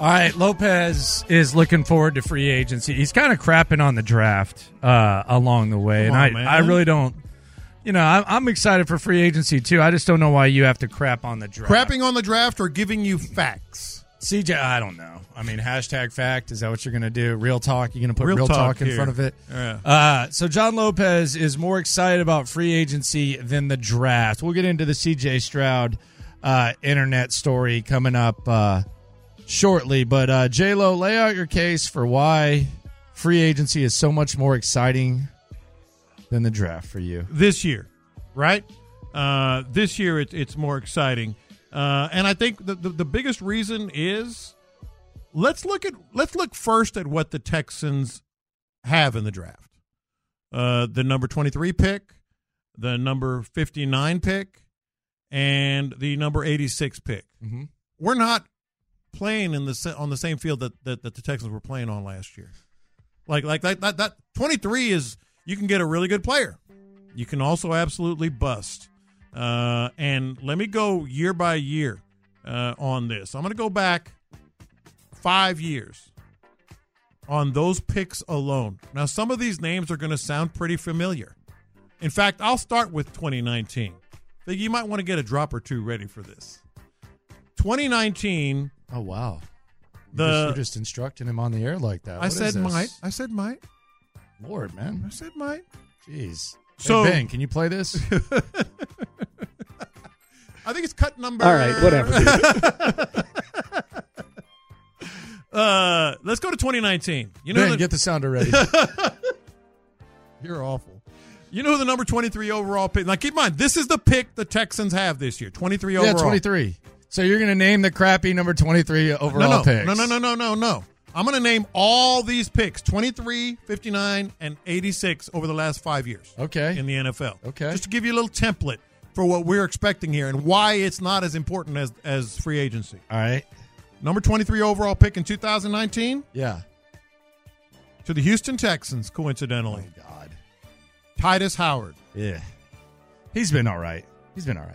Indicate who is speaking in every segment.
Speaker 1: All right, Lopez is looking forward to free agency. He's kind of crapping on the draft uh, along the way,
Speaker 2: Come
Speaker 1: and I,
Speaker 2: on, man.
Speaker 1: I really don't. You know, I'm, I'm excited for free agency too. I just don't know why you have to crap on the draft.
Speaker 2: Crapping on the draft or giving you facts.
Speaker 1: CJ, I don't know. I mean, hashtag fact. Is that what you're going to do? Real talk. You're going to put real,
Speaker 2: Real
Speaker 1: talk,
Speaker 2: talk
Speaker 1: in
Speaker 2: here.
Speaker 1: front of it.
Speaker 2: Yeah.
Speaker 1: Uh, so John Lopez is more excited about free agency than the draft. We'll get into the CJ Stroud uh, internet story coming up uh, shortly. But uh, J Lo, lay out your case for why free agency is so much more exciting than the draft for you.
Speaker 2: This year, right? Uh, this year it, it's more exciting. Uh, and I think the, the, the biggest reason is let's look at let's look first at what the Texans have in the draft. Uh, the number 23 pick, the number 59 pick, and the number 86 pick.
Speaker 1: Mhm.
Speaker 2: We're not playing in the sa- on the same field that, that, that the Texans were playing on last year. Like like that, that that 23 is you can get a really good player. You can also absolutely bust. Uh, and let me go year by year uh, on this. I'm going to go back five years on those picks alone. Now, some of these names are going to sound pretty familiar. In fact, I'll start with 2019. Think you might want to get a drop or two ready for this. 2019,
Speaker 1: Oh wow.
Speaker 2: The-
Speaker 1: you're, just, you're just instructing him on the air like that.
Speaker 2: I
Speaker 1: What is
Speaker 2: said
Speaker 1: this?
Speaker 2: might. I said might.
Speaker 1: Lord, man.
Speaker 2: I said might.
Speaker 1: Jeez. So
Speaker 2: So-
Speaker 1: hey, Ben, can you play this?
Speaker 2: I think it's cut number.
Speaker 3: All right, whatever. dude.
Speaker 2: Uh, let's go to 2019. You know,
Speaker 1: ben,
Speaker 2: the-
Speaker 1: get the sounder ready.
Speaker 2: You're awful. You know who the number 23 overall pick. Now keep in mind, this is the pick the Texans have this year. 23
Speaker 1: yeah,
Speaker 2: overall.
Speaker 1: 23. So you're going to name the crappy number 23 overall
Speaker 2: No, no,
Speaker 1: picks.
Speaker 2: no, no, no, no, no, no. I'm going to name all these picks 23, 59, and 86 over the last five years
Speaker 1: Okay.
Speaker 2: in the NFL.
Speaker 1: Okay.
Speaker 2: Just to give you a little template for what we're expecting here and why it's not as important as, as free agency.
Speaker 1: All right.
Speaker 2: Number 23 overall pick in 2019
Speaker 1: Yeah.
Speaker 2: to the Houston Texans, coincidentally,
Speaker 1: God.
Speaker 2: Titus Howard.
Speaker 1: Yeah. He's been all right. He's been all right.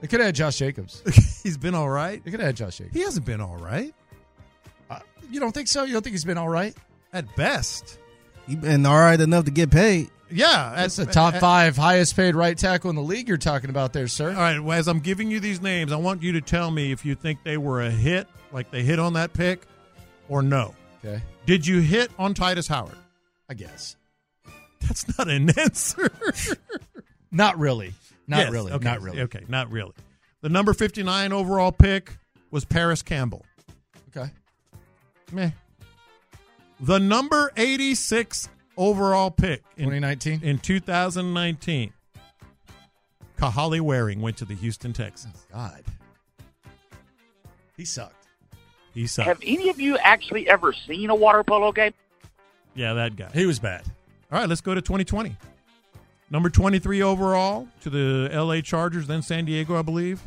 Speaker 1: They could have had Josh Jacobs.
Speaker 2: He's been all right.
Speaker 1: They could have had Josh Jacobs.
Speaker 2: He hasn't been all right
Speaker 1: Uh, you don't think so? You don't think he's been all right?
Speaker 2: at best.
Speaker 3: you been all right enough to get paid.
Speaker 2: Yeah,
Speaker 1: That's the
Speaker 2: as-
Speaker 1: top
Speaker 2: a-
Speaker 1: five highest paid right tackle in the league you're talking about there, sir.
Speaker 2: All right, well, as I'm giving you these names, I want you to tell me if you think they were a hit, like they hit on that pick, or no.
Speaker 1: Okay.
Speaker 2: Did you hit on Titus Howard?
Speaker 1: I guess.
Speaker 2: That's not an answer.
Speaker 1: Not really. Not
Speaker 2: Yes,
Speaker 1: really.
Speaker 2: okay,
Speaker 1: Not really.
Speaker 2: Okay, not really. The number 59 overall pick was Paris Campbell.
Speaker 1: Okay.
Speaker 2: Meh. The number 86 overall pick in,
Speaker 1: 2019.
Speaker 2: in 2019, Kahali Waring went to the Houston Texans.
Speaker 1: God. He sucked.
Speaker 2: He sucked.
Speaker 4: Have any of you actually ever seen a water polo game?
Speaker 2: yeah, that guy.
Speaker 1: He was bad.
Speaker 2: All right, let's go to 2020. Number 23 overall to the LA Chargers, then San Diego, I believe.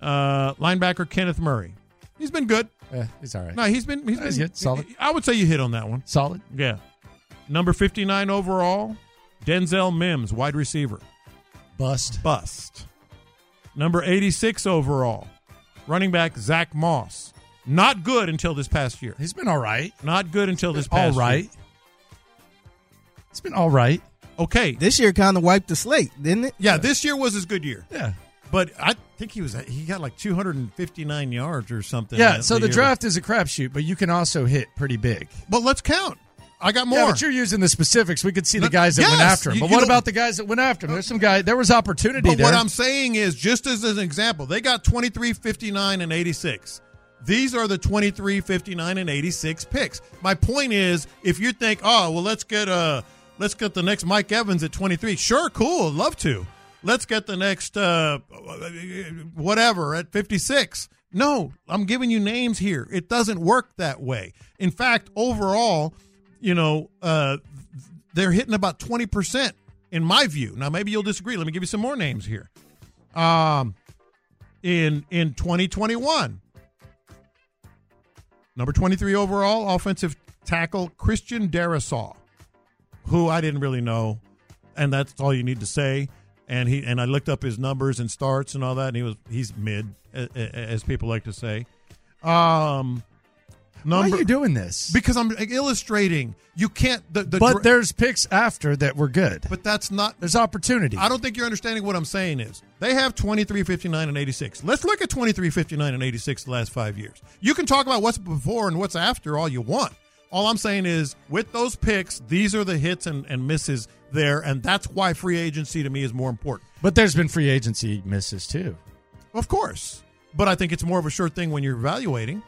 Speaker 2: Uh, linebacker Kenneth Murray. He's been good.
Speaker 1: Yeah, he's all right.
Speaker 2: No, Eh, he's been he's been
Speaker 1: He's good. Solid.
Speaker 2: I would say you hit on that one.
Speaker 1: Solid.
Speaker 2: Yeah. Number 59 overall, Denzel Mims, wide receiver.
Speaker 1: Bust.
Speaker 2: Bust. Number 86 overall, running back Zach Moss. Not good until this past year.
Speaker 1: He's been all right.
Speaker 2: Not good until this
Speaker 1: all
Speaker 2: past
Speaker 1: right.
Speaker 2: year.
Speaker 1: It's been all right.
Speaker 2: Okay.
Speaker 3: This year kind of wiped the slate, didn't it?
Speaker 2: Yeah, this year was his good year.
Speaker 1: Yeah.
Speaker 2: But I think he was he got like 259 yards or something.
Speaker 1: yeah,
Speaker 2: that-
Speaker 1: so the
Speaker 2: year.
Speaker 1: draft is a crapshoot, but you can also hit pretty big.
Speaker 2: But let's count. I got more.
Speaker 1: Yeah, but you're using the specifics. We could see the
Speaker 2: But-
Speaker 1: guys that went
Speaker 2: yes,
Speaker 1: after him.
Speaker 2: you-
Speaker 1: But
Speaker 2: you
Speaker 1: what
Speaker 2: don't-
Speaker 1: about the guys that went after him? There's some guy. There was opportunity
Speaker 2: But
Speaker 1: there.
Speaker 2: what I'm saying is, just as an example, they got 23, 59, and 86. These are the 23, 59, and 86 picks. My point is, if you think, oh, well, let's get uh, let's get the next Mike Evans at 23. Sure, cool, love to. Let's get the next uh, whatever at 56. No, I'm giving you names here. It doesn't work that way. In fact, overall, you know, uh, they're hitting about 20% in my view. Now, maybe you'll disagree. Let me give you some more names here. Um, in in 2021, number 23 overall offensive tackle Christian Darasaw, who I didn't really know, and that's all you need to say. And he and I looked up his numbers and starts and all that, and he was he's mid, a- a- as people like to say. Um,
Speaker 1: Why
Speaker 2: number
Speaker 1: are you doing this?
Speaker 2: because I'm illustrating. You can't the, the
Speaker 1: but
Speaker 2: dra-
Speaker 1: there's picks after that were good.
Speaker 2: but that's not
Speaker 1: There's opportunity.
Speaker 2: I don't think you're understanding what I'm saying is they have 23, 59, and 86. Let's look at 23, 59, and 86 the last five years. You can talk about what's before and what's after all you want. All I'm saying is with those picks, these are the hits and, and misses there, and that's why free agency to me is more important.
Speaker 1: But there's been free agency misses too.
Speaker 2: Of course. But I think it's more of a sure thing when you're evaluating,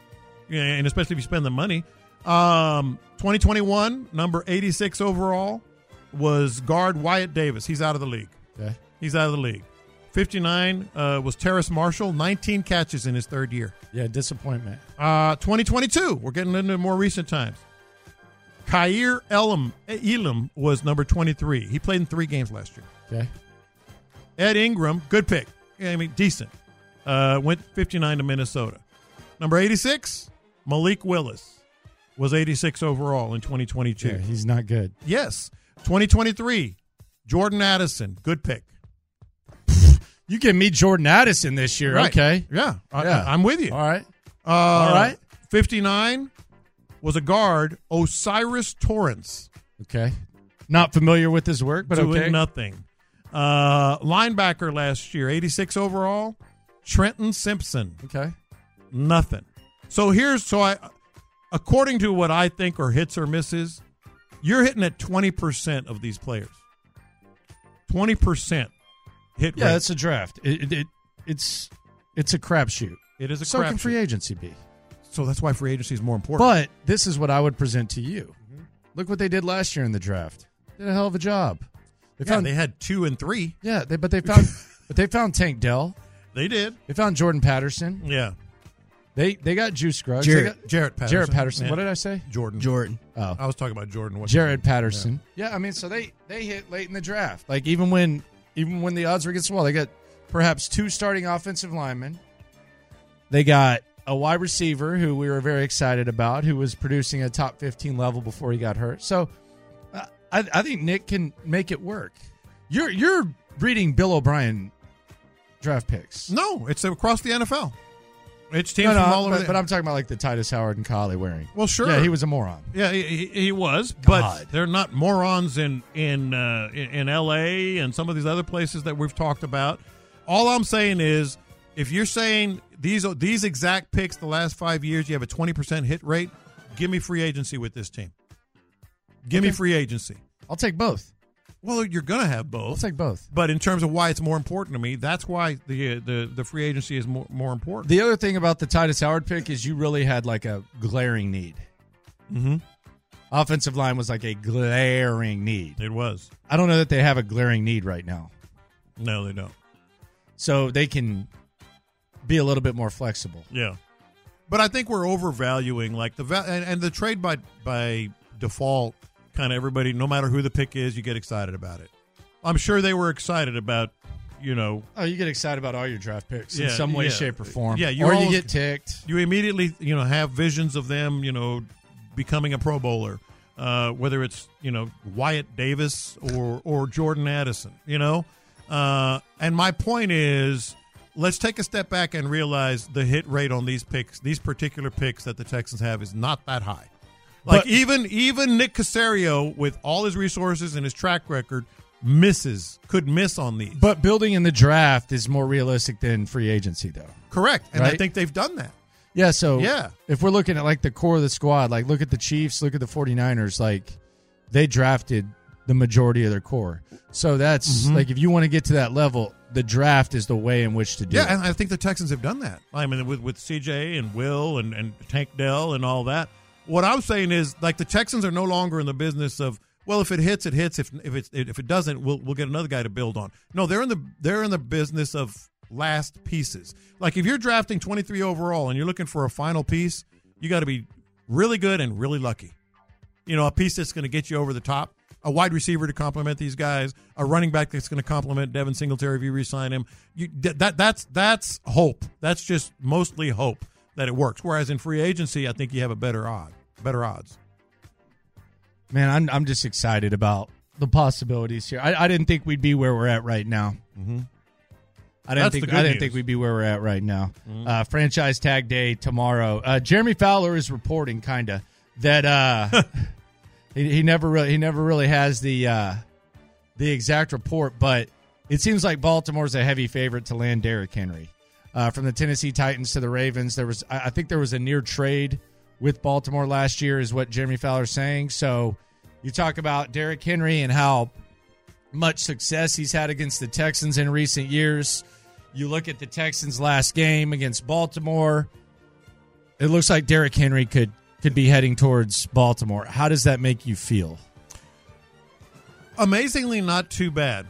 Speaker 2: and especially if you spend the money. Um, 2021, number 86 overall, was guard Wyatt Davis. He's out of the league.
Speaker 1: Okay.
Speaker 2: He's out of the league. 59 uh, was Terrace Marshall, 19 catches in his third year.
Speaker 1: Yeah, disappointment.
Speaker 2: Uh, 2022, we're getting into more recent times. Kair Elam, Elam was number 23. He played in three games last year.
Speaker 1: Okay.
Speaker 2: Ed Ingram, good pick. Yeah, I mean, decent. Uh, went 59 to Minnesota. Number 86, Malik Willis was 86 overall in 2022.
Speaker 1: Yeah, he's not good.
Speaker 2: Yes. 2023, Jordan Addison, good pick.
Speaker 1: You give me Jordan Addison this year.
Speaker 2: Right.
Speaker 1: Okay.
Speaker 2: Yeah, I,
Speaker 1: Yeah.
Speaker 2: am with you.
Speaker 1: All right.
Speaker 2: Uh, All
Speaker 1: right.
Speaker 2: 59 was a guard, Osiris Torrance,
Speaker 1: Okay. Not familiar with his work, but
Speaker 2: doing
Speaker 1: okay.
Speaker 2: nothing. Uh, linebacker last year, 86 overall, Trenton Simpson,
Speaker 1: Okay.
Speaker 2: nothing. So here's so I, according to what I think are hits or misses, you're hitting at 20% of these players. 20% hit
Speaker 1: Yeah,
Speaker 2: rate.
Speaker 1: it's a draft. It, it, it- it's it's a crapshoot.
Speaker 2: it is a
Speaker 1: So can
Speaker 2: crap.
Speaker 1: free agency be?
Speaker 2: So that's why free agency is more important.
Speaker 1: But this is what I would present to you.
Speaker 2: Mm-hmm.
Speaker 1: Look what they did last year in the draft. Did a hell of a job. They
Speaker 2: yeah,
Speaker 1: found
Speaker 2: they had two and three.
Speaker 1: yeah, they, but they found but they found Tank Dell.
Speaker 2: They did.
Speaker 1: They found Jordan Patterson.
Speaker 2: Yeah.
Speaker 1: They they got Juice Scruggs. They
Speaker 3: Jarrett.
Speaker 1: got-
Speaker 2: Jarrett Patterson.
Speaker 1: Jarrett Patterson.
Speaker 2: Yeah.
Speaker 1: What did I say?
Speaker 2: Jordan.
Speaker 3: Jordan.
Speaker 1: Oh,
Speaker 2: I was talking about Jordan. What's his
Speaker 1: Jared
Speaker 2: name?
Speaker 1: Patterson. Yeah. I mean, so they they hit late in the draft. Like even when even when the odds were against the wall, they got perhaps two starting offensive linemen. They got a wide receiver who we were very excited about, who was producing a top fifteen level before he got hurt. So, uh, I, I think Nick can make it work. You're you're reading Bill O'Brien draft picks.
Speaker 2: Yeah. No, it's across the NFL. It's teams
Speaker 1: No, no,
Speaker 2: from all over.
Speaker 1: but,
Speaker 2: the,
Speaker 1: but I'm talking about like the Titus Howard and Collie wearing.
Speaker 2: well, sure.
Speaker 1: Yeah, he was a moron.
Speaker 2: Yeah, he, he- he was,
Speaker 1: God.
Speaker 2: but they're not morons in in uh, in in L.A. and some of these other places that we've talked about. All I'm saying is, if you're saying these these exact picks the last five years, you have a 20 percent hit rate. Give me free agency with this team. Give me
Speaker 1: Okay.
Speaker 2: free agency.
Speaker 1: I'll take both.
Speaker 2: Well, you're gonna have both.
Speaker 1: I'll take both.
Speaker 2: But in terms of why it's more important to me, that's why the uh, the the free agency is more more important.
Speaker 1: The other thing about the Titus Howard pick is you really had like a glaring need.
Speaker 2: Mhm.
Speaker 1: Offensive line was like a glaring need.
Speaker 2: It was.
Speaker 1: I don't know that they have a glaring need right now.
Speaker 2: No, they don't.
Speaker 1: So they can be a little bit more flexible.
Speaker 2: Yeah, but I think we're overvaluing like the va- and, and the trade by by default. Kind of everybody, no matter who the pick is, you get excited about it. I'm sure they were excited about you know
Speaker 1: Oh, you get excited about all your draft picks in
Speaker 2: Yeah,
Speaker 1: some way,
Speaker 2: yeah.
Speaker 1: shape, or form.
Speaker 2: Yeah, you're
Speaker 1: or you
Speaker 2: always-
Speaker 1: get ticked.
Speaker 2: you immediately you know have visions of them you know becoming a Pro Bowler. Uh, whether it's you know Wyatt Davis or or Jordan Addison, you know, uh, and my point is, let's take a step back and realize the hit rate on these picks, these particular picks that the Texans have, is not that high. Like
Speaker 1: But-
Speaker 2: even even Nick Casario, with all his resources and his track record, misses, could miss on these.
Speaker 1: But building in the draft is more realistic than free agency, though.
Speaker 2: Correct. And I
Speaker 1: Right.
Speaker 2: think they've done that.
Speaker 1: Yeah, so
Speaker 2: Yeah.
Speaker 1: if we're looking at like the core of the squad, like look at the Chiefs, look at the 49ers, like they drafted the majority of their core. So that's
Speaker 2: Mm-hmm.
Speaker 1: like if you want to get to that level, the draft is the way in which to do
Speaker 2: Yeah,
Speaker 1: it.
Speaker 2: and I think the Texans have done that. I mean, with with CJ and Will and, and Tank Dell and all that. What I'm saying is, like, the Texans are no longer in the business of well, if it hits, it hits. If if it if it doesn't, we'll we'll get another guy to build on. No, they're in the they're in the business of last pieces. Like, if you're drafting 23 overall and you're looking for a final piece, you got to be really good and really lucky. You know, a piece that's going to get you over the top, a wide receiver to complement these guys, a running back that's going to complement Devin Singletary if you re-sign him. You th- that that's that's hope. That's just mostly hope that it works. Whereas in free agency, I think you have a better odd, better odds.
Speaker 1: Man, I'm I'm just excited about the possibilities here. I, I didn't think we'd be where we're at right now.
Speaker 2: Mhm.
Speaker 1: I didn't
Speaker 2: That's
Speaker 1: think
Speaker 2: the good
Speaker 1: I didn't
Speaker 2: news. Mm-hmm.
Speaker 1: think we'd be where we're at right now. Uh, franchise tag day tomorrow. Uh, Jeremy Fowler is reporting kind of that uh, he, he never really he never really has the uh, the exact report, but it seems like Baltimore's a heavy favorite to land Derrick Henry. Uh, from the Tennessee Titans to the Ravens, there was I I think there was a near trade with Baltimore last year, is what Jeremy Fowler's saying. So you talk about Derrick Henry and how much success he's had against the Texans in recent years. You look at the Texans' last game against Baltimore. It looks like Derrick Henry could could be heading towards Baltimore. How does that make you feel?
Speaker 2: Amazingly, not too bad,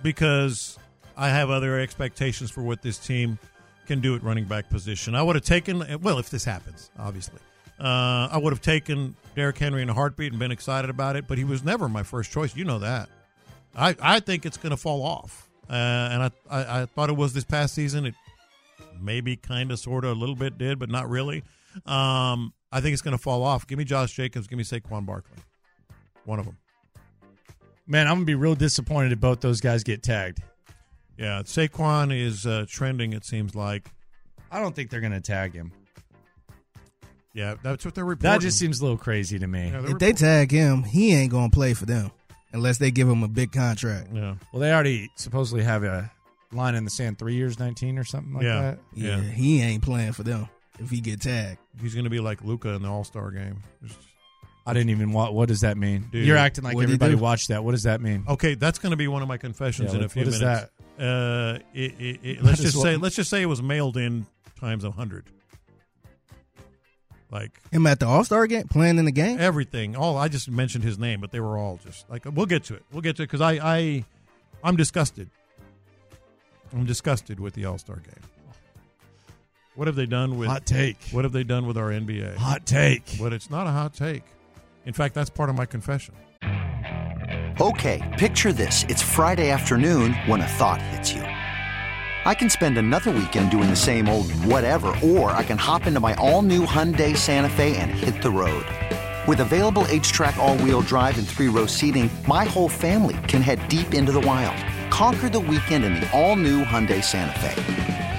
Speaker 2: because I have other expectations for what this team can do at running back position. I would have taken well if this happens, obviously. Uh, I would have taken Derrick Henry in a heartbeat and been excited about it, but he was never my first choice. You know that. I, I think it's going to fall off. Uh, and I, I, I thought it was this past season. It maybe kind of, sort of, a little bit did, but not really. Um, I think it's going to fall off. Give me Josh Jacobs. Give me Saquon Barkley. One of them.
Speaker 1: Man, I'm gonna be real disappointed if both those guys get tagged.
Speaker 2: Yeah, Saquon is uh, trending, it seems like.
Speaker 1: I don't think they're gonna tag him.
Speaker 2: Yeah, that's what they're reporting.
Speaker 1: That just seems a little crazy to me.
Speaker 2: Yeah, they're
Speaker 3: If they
Speaker 2: report-
Speaker 3: tag him, he ain't gonna play for them unless they give him a big contract.
Speaker 2: yeah.
Speaker 1: Well, they already supposedly have a line in the sand, three years, nineteen or something like
Speaker 2: Yeah.
Speaker 1: that.
Speaker 3: Yeah,
Speaker 2: Yeah.
Speaker 3: he ain't playing for them if he get tagged.
Speaker 2: He's going to be like Luca in the All Star game. Just-
Speaker 1: I didn't even. What, what does that mean?
Speaker 2: Dude. Oh,
Speaker 1: You're acting like
Speaker 3: What'd he
Speaker 1: everybody
Speaker 3: do?
Speaker 1: watched that. What does that mean?
Speaker 2: Okay, that's going to be one of my confessions
Speaker 1: Yeah,
Speaker 2: in a
Speaker 1: what-
Speaker 2: few
Speaker 1: what
Speaker 2: minutes.
Speaker 1: is
Speaker 2: Uh, it, it, it,
Speaker 1: Might
Speaker 2: let's
Speaker 1: as
Speaker 2: just
Speaker 1: well-
Speaker 2: say let's just say it was mailed in times a hundred. Like
Speaker 3: Him at the All Star game, playing in the game.
Speaker 2: everything. All I just mentioned his name, but they were all just like we'll get to it. We'll get to it because I I I'm disgusted. I'm disgusted with the All Star game. What have they done with
Speaker 1: Hot take.
Speaker 2: What have they done with our NBA?
Speaker 1: Hot take.
Speaker 2: But it's not a hot take. In fact, that's part of my confession.
Speaker 5: Okay, picture this. It's Friday afternoon when a thought hits you. I can spend another weekend doing the same old whatever, or I can hop into my all new Hyundai Santa Fe and hit the road. With available H track, all wheel drive, and three row seating, my whole family can head deep into the wild. Conquer the weekend in the all new Hyundai Santa Fe.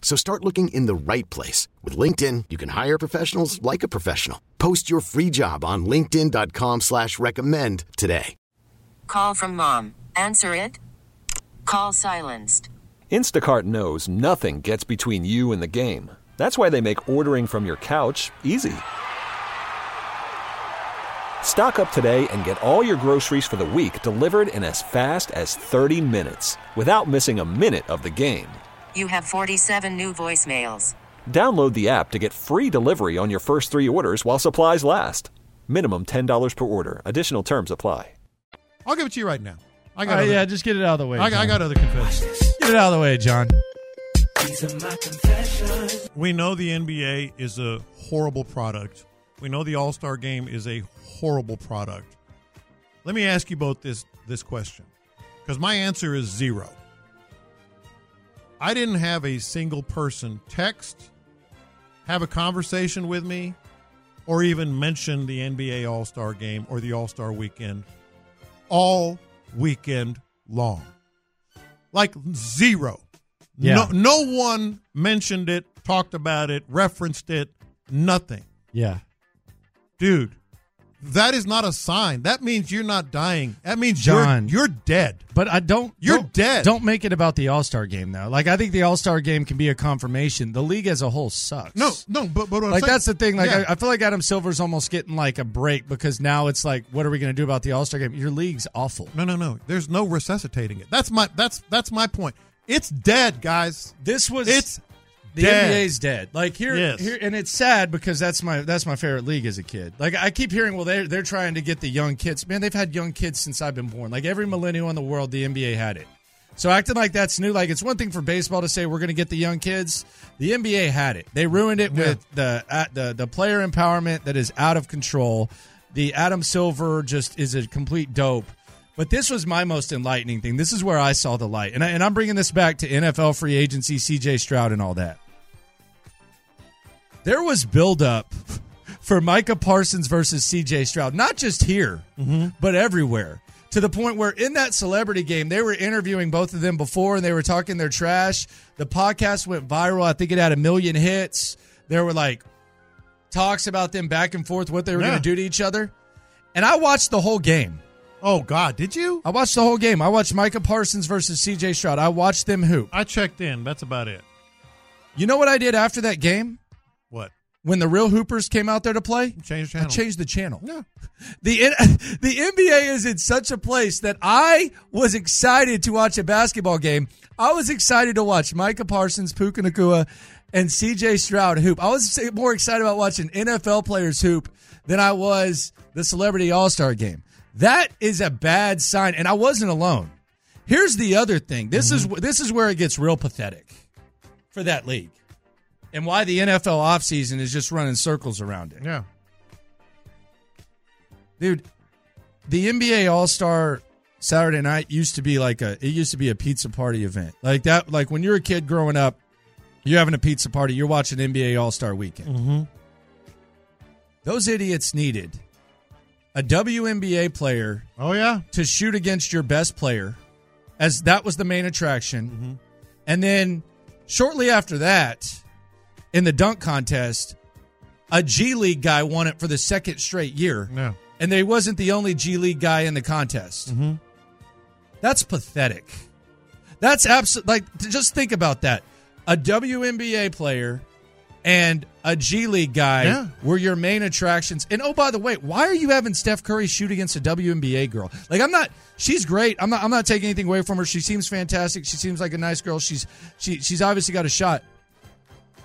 Speaker 6: So start looking in the right place. With LinkedIn, you can hire professionals like a professional. Post your free job on linkedin.com/recommend slash recommend today.
Speaker 7: Call from mom. Answer it. Call silenced.
Speaker 8: Instacart knows nothing gets between you and the game. That's why they make ordering from your couch easy. Stock up today and get all your groceries for the week delivered in as fast as 30 minutes without missing a minute of the game.
Speaker 7: You have 47 new voicemails.
Speaker 8: Download the app to get free delivery on your first three orders while supplies last. Minimum $10 per order. Additional terms apply.
Speaker 2: I'll give it to you right now. I
Speaker 1: All
Speaker 2: got.
Speaker 1: right,
Speaker 2: other,
Speaker 1: Uh, yeah, just get it out of the way.
Speaker 2: I, got- I
Speaker 1: John.
Speaker 2: got other confessions.
Speaker 1: Get it out of the way, John.
Speaker 2: We know the NBA is a horrible product. We know the All Star game is a horrible product. Let me ask you both this this question: Because my answer is zero. I didn't have a single person text, have a conversation with me, or even mention the NBA All Star game or the All Star weekend all weekend long. Like zero.
Speaker 1: Yeah.
Speaker 2: No, no one mentioned it, talked about it, referenced it, nothing.
Speaker 1: Yeah.
Speaker 2: Dude, that is not a sign. That means you're not dying. That means
Speaker 1: John.
Speaker 2: you're you're dead.
Speaker 1: But I don't.
Speaker 2: You're
Speaker 1: don't-
Speaker 2: dead.
Speaker 1: Don't make it about the All Star game though. Like I think the All Star game can be a confirmation. The league as a whole sucks.
Speaker 2: No, no, but but what I'm
Speaker 1: like
Speaker 2: saying-
Speaker 1: that's the thing. Like
Speaker 2: Yeah.
Speaker 1: I, I feel like Adam Silver's almost getting like a break because now it's like, what are we going to do about the All Star game? Your league's awful.
Speaker 2: No, no, no. There's no resuscitating it. That's my that's that's my point. It's dead, guys.
Speaker 1: This was
Speaker 2: It's
Speaker 1: the
Speaker 2: dead.
Speaker 1: NBA's dead. Like here,
Speaker 2: Yes.
Speaker 1: here, and it's sad because that's my that's my favorite league as a kid. Like I keep hearing, well, they're they're trying to get the young kids. Man, they've had young kids since I've been born. Like every millennial in the world, the NBA had it. So acting like that's new, like it's one thing for baseball to say we're going to get the young kids. The NBA had it. They ruined it with the uh, the the player empowerment that is out of control. The Adam Silver just is a complete dope. But this was my most enlightening thing. This is where I saw the light. And, I, and I'm bringing this back to NFL free agency, CJ Stroud, and all that. There was buildup for Micah Parsons versus CJ Stroud, not just here, but everywhere. To the point where in that celebrity game, they were interviewing both of them before and they were talking their trash. The podcast went viral. I think it had a million hits. There were like talks about them back and forth, what they were
Speaker 2: Yeah.
Speaker 1: going to do to each other. And I watched the whole game.
Speaker 2: Oh God, did you?
Speaker 1: I watched the whole game. I watched Micah Parsons versus CJ Stroud. I watched them hoop.
Speaker 2: I checked in. That's about it.
Speaker 1: You know what I did after that game?
Speaker 2: What?
Speaker 1: When the real Hoopers came out there to play?
Speaker 2: Change
Speaker 1: I
Speaker 2: channel.
Speaker 1: changed the channel.
Speaker 2: No.
Speaker 1: The N- the NBA is in such a place that I was excited to watch a basketball game. I was excited to watch Micah Parsons, Puka Nakua, and CJ Stroud hoop. I was more excited about watching NFL players hoop than I was the celebrity all-star game. That is a bad sign and I wasn't alone. Here's the other thing. This is wh- this is where it gets real pathetic for that league. And why the NFL offseason is just running circles around it
Speaker 2: Yeah.
Speaker 1: dude the nba all-star saturday night used to be like a it used to be a pizza party event like that like when you're a kid growing up you're having a pizza party you're watching nba all-star weekend
Speaker 2: Mm-hmm.
Speaker 1: those idiots needed a WNBA player
Speaker 2: Oh yeah.
Speaker 1: to shoot against your best player, as that was the main attraction.
Speaker 2: Mm-hmm.
Speaker 1: And then shortly after that, in the dunk contest, a G League guy won it for the second straight year.
Speaker 2: No.
Speaker 1: And they wasn't the only G League guy in the contest. That's pathetic. That's absolutely like t- just think about that. A WNBA player and a G League guy
Speaker 2: Yeah.
Speaker 1: were your main attractions. And oh, by the way, why are you having Steph Curry shoot against a WNBA girl? Like I'm not. She's great. I'm not. I'm not taking anything away from her. She seems fantastic. She seems like a nice girl. She's she she's obviously got a shot.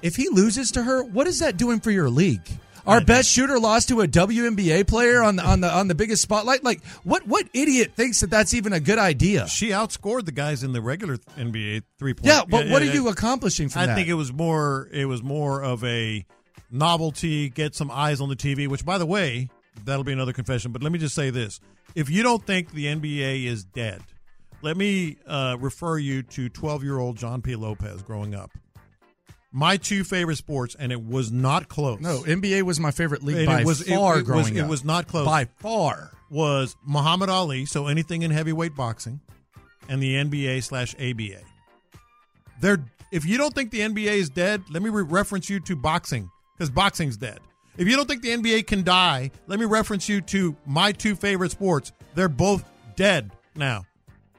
Speaker 1: If he loses to her, what is that doing for your league? Our best shooter lost to a WNBA player on the on the on the biggest spotlight. Like what what idiot thinks that that's even a good idea?
Speaker 2: She outscored the guys in the regular NBA three point.
Speaker 1: Yeah, but what are you accomplishing from
Speaker 2: I
Speaker 1: that?
Speaker 2: think it was more. It was more of a novelty. Get some eyes on the TV. Which, by the way, that'll be another confession. But let me just say this: if you don't think the NBA is dead, let me uh, refer you to twelve-year-old John P. Lopez growing up. My two favorite sports, and it was not close.
Speaker 1: no, NBA was my favorite league
Speaker 2: And
Speaker 1: by
Speaker 2: it was it-
Speaker 1: far
Speaker 2: it, was-
Speaker 1: growing
Speaker 2: it
Speaker 1: up.
Speaker 2: was not close
Speaker 1: by far.
Speaker 2: was Muhammad Ali, so anything in heavyweight boxing, and the NBA slash ABA. They're if you don't think the NBA is dead, let me re- reference you to boxing because boxing's dead. If you don't think the NBA can die, let me reference you to my two favorite sports. They're both dead now.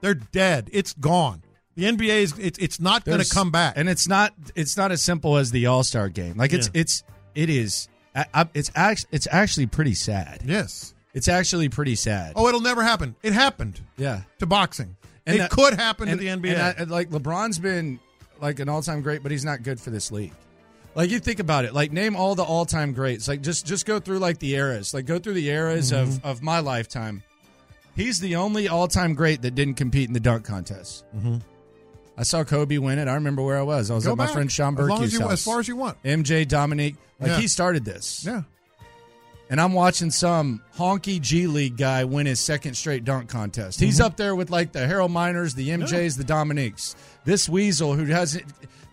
Speaker 2: They're dead. It's gone. The NBA is it's it's not going to
Speaker 1: There's-
Speaker 2: come back.
Speaker 1: and it's not it's not as simple as the All Star game. Like it's
Speaker 2: Yeah.
Speaker 1: it's it is I, I, it's act, it's actually pretty sad.
Speaker 2: yes.
Speaker 1: It's actually pretty sad.
Speaker 2: Oh, it'll never happen. It happened
Speaker 1: yeah,
Speaker 2: to boxing.
Speaker 1: And
Speaker 2: it
Speaker 1: that-
Speaker 2: could happen
Speaker 1: and,
Speaker 2: to the NBA.
Speaker 1: and I- and, like LeBron's been like an all time great, but he's not good for this league. Like you think about it, like name all the all time greats. Like just just go through like the eras. Like go through the eras
Speaker 2: Mm-hmm.
Speaker 1: of of my lifetime. He's the only all time great that didn't compete in the dunk contest. Mm-hmm. I saw Kobe win it. I remember where I was. I was
Speaker 2: Go
Speaker 1: at my
Speaker 2: back.
Speaker 1: friend Sean
Speaker 2: as, long as,
Speaker 1: Berkey's
Speaker 2: you,
Speaker 1: house.
Speaker 2: as far as you want.
Speaker 1: MJ Dominique, like
Speaker 2: Yeah.
Speaker 1: he started this.
Speaker 2: Yeah.
Speaker 1: and I'm watching some honky G League guy win his second straight dunk contest. He's up there with like the Harold Miners, the MJs, the Dominiques. This weasel who doesn't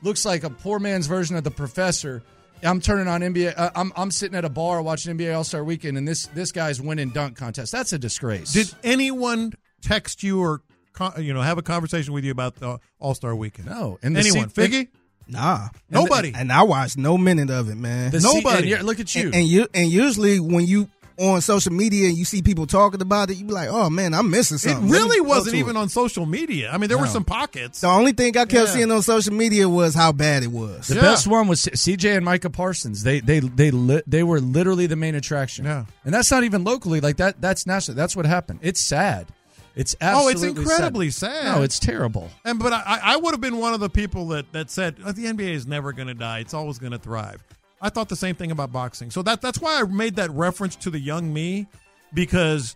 Speaker 1: looks like a poor man's version of the professor. I'm turning on NBA. Uh, I'm I'm sitting at a bar watching NBA All Star Weekend, and this this guy's winning dunk contest. That's a disgrace.
Speaker 2: Did anyone text you or co- you know have a conversation with you about the All Star Weekend?
Speaker 1: No. And
Speaker 2: and
Speaker 1: the
Speaker 2: anyone?
Speaker 1: se-
Speaker 2: Figgy?
Speaker 3: Nah, And-
Speaker 2: Nobody.
Speaker 3: And, I watched no minute of it, man.
Speaker 1: The se-
Speaker 2: Nobody.
Speaker 1: and you're- look at you.
Speaker 3: And, and you and usually when you on social media and you see people talking about it, you be like, "Oh man, I'm missing
Speaker 2: It
Speaker 3: something." Let me
Speaker 2: really
Speaker 3: go
Speaker 2: wasn't
Speaker 3: to
Speaker 2: even
Speaker 3: it.
Speaker 2: on social media. I mean, there were some pockets.
Speaker 3: The only thing I kept
Speaker 2: Yeah.
Speaker 3: seeing on social media was how bad it was.
Speaker 1: The
Speaker 2: Yeah.
Speaker 1: best one was CJ and Micah Parsons. They they they li- they were literally the main attraction.
Speaker 2: Yeah.
Speaker 1: and that's not even locally. Like that. That's national. That's what happened. It's sad. It's
Speaker 2: Oh,
Speaker 1: absolutely
Speaker 2: it's incredibly sad.
Speaker 1: No, it's terrible.
Speaker 2: And but I, I would have been one of the people that that said "Oh, the NBA is never going to die; it's always going to thrive. I thought the same thing about boxing, so that that's why I made that reference to the young me, because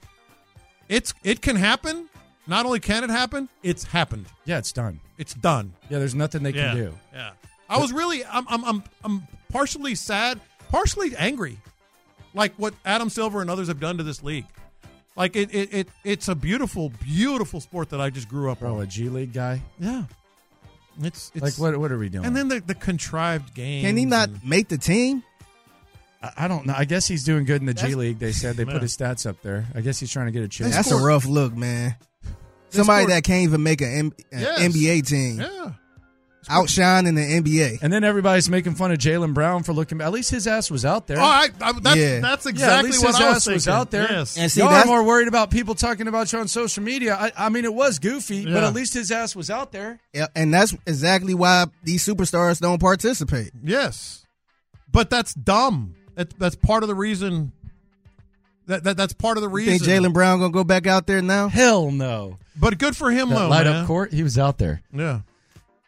Speaker 2: it's it can happen. Not only can it happen, it's happened.
Speaker 1: Yeah, it's done.
Speaker 2: It's done.
Speaker 1: Yeah, there's nothing they
Speaker 2: yeah,
Speaker 1: can do.
Speaker 2: yeah. I was really I'm I'm I'm I'm partially sad, partially angry, like what Adam Silver and others have done to this league. Like it it, it it's a beautiful beautiful sport that I just grew up
Speaker 1: Bro,
Speaker 2: on.
Speaker 1: a G League guy.
Speaker 2: Yeah. It's, it's
Speaker 1: like what? What are we doing?
Speaker 2: and then the, the contrived game.
Speaker 3: Can he not make the team?
Speaker 1: I, I don't know. I guess he's doing good in the G
Speaker 2: That's-
Speaker 1: League. They said they put
Speaker 2: Yeah.
Speaker 1: his stats up there. I guess he's trying to get a chance.
Speaker 3: That's a
Speaker 2: scored-
Speaker 3: rough look, man. Somebody
Speaker 2: scored-
Speaker 3: that can't even make an, M- an
Speaker 2: Yes.
Speaker 3: NBA team
Speaker 2: Yeah.
Speaker 3: outshining the NBA.
Speaker 1: and then everybody's making fun of Jalen Brown for looking. At least his ass was out there.
Speaker 2: Oh, I, I, that's,
Speaker 3: Yeah.
Speaker 2: that's
Speaker 1: yeah, at
Speaker 2: exactly
Speaker 1: least
Speaker 2: what
Speaker 1: his
Speaker 2: I was
Speaker 1: ass
Speaker 2: thinking.
Speaker 1: was out there.
Speaker 2: Yes.
Speaker 3: And see,
Speaker 1: Y'all are
Speaker 3: that's-
Speaker 1: more worried about people talking about you on social media. I, I mean, it was goofy, but
Speaker 2: Yeah.
Speaker 1: at least his ass was out there.
Speaker 3: Yeah, And that's exactly why these superstars don't participate.
Speaker 2: yes. But that's dumb. That, that's part of the reason. That, that that's part of the
Speaker 3: You
Speaker 2: reason.
Speaker 3: think Jalen Brown gonna go back out there now?
Speaker 1: Hell no.
Speaker 2: But good for him,
Speaker 1: That
Speaker 2: though.
Speaker 1: light
Speaker 2: man.
Speaker 1: up court, he was out there.
Speaker 2: Yeah.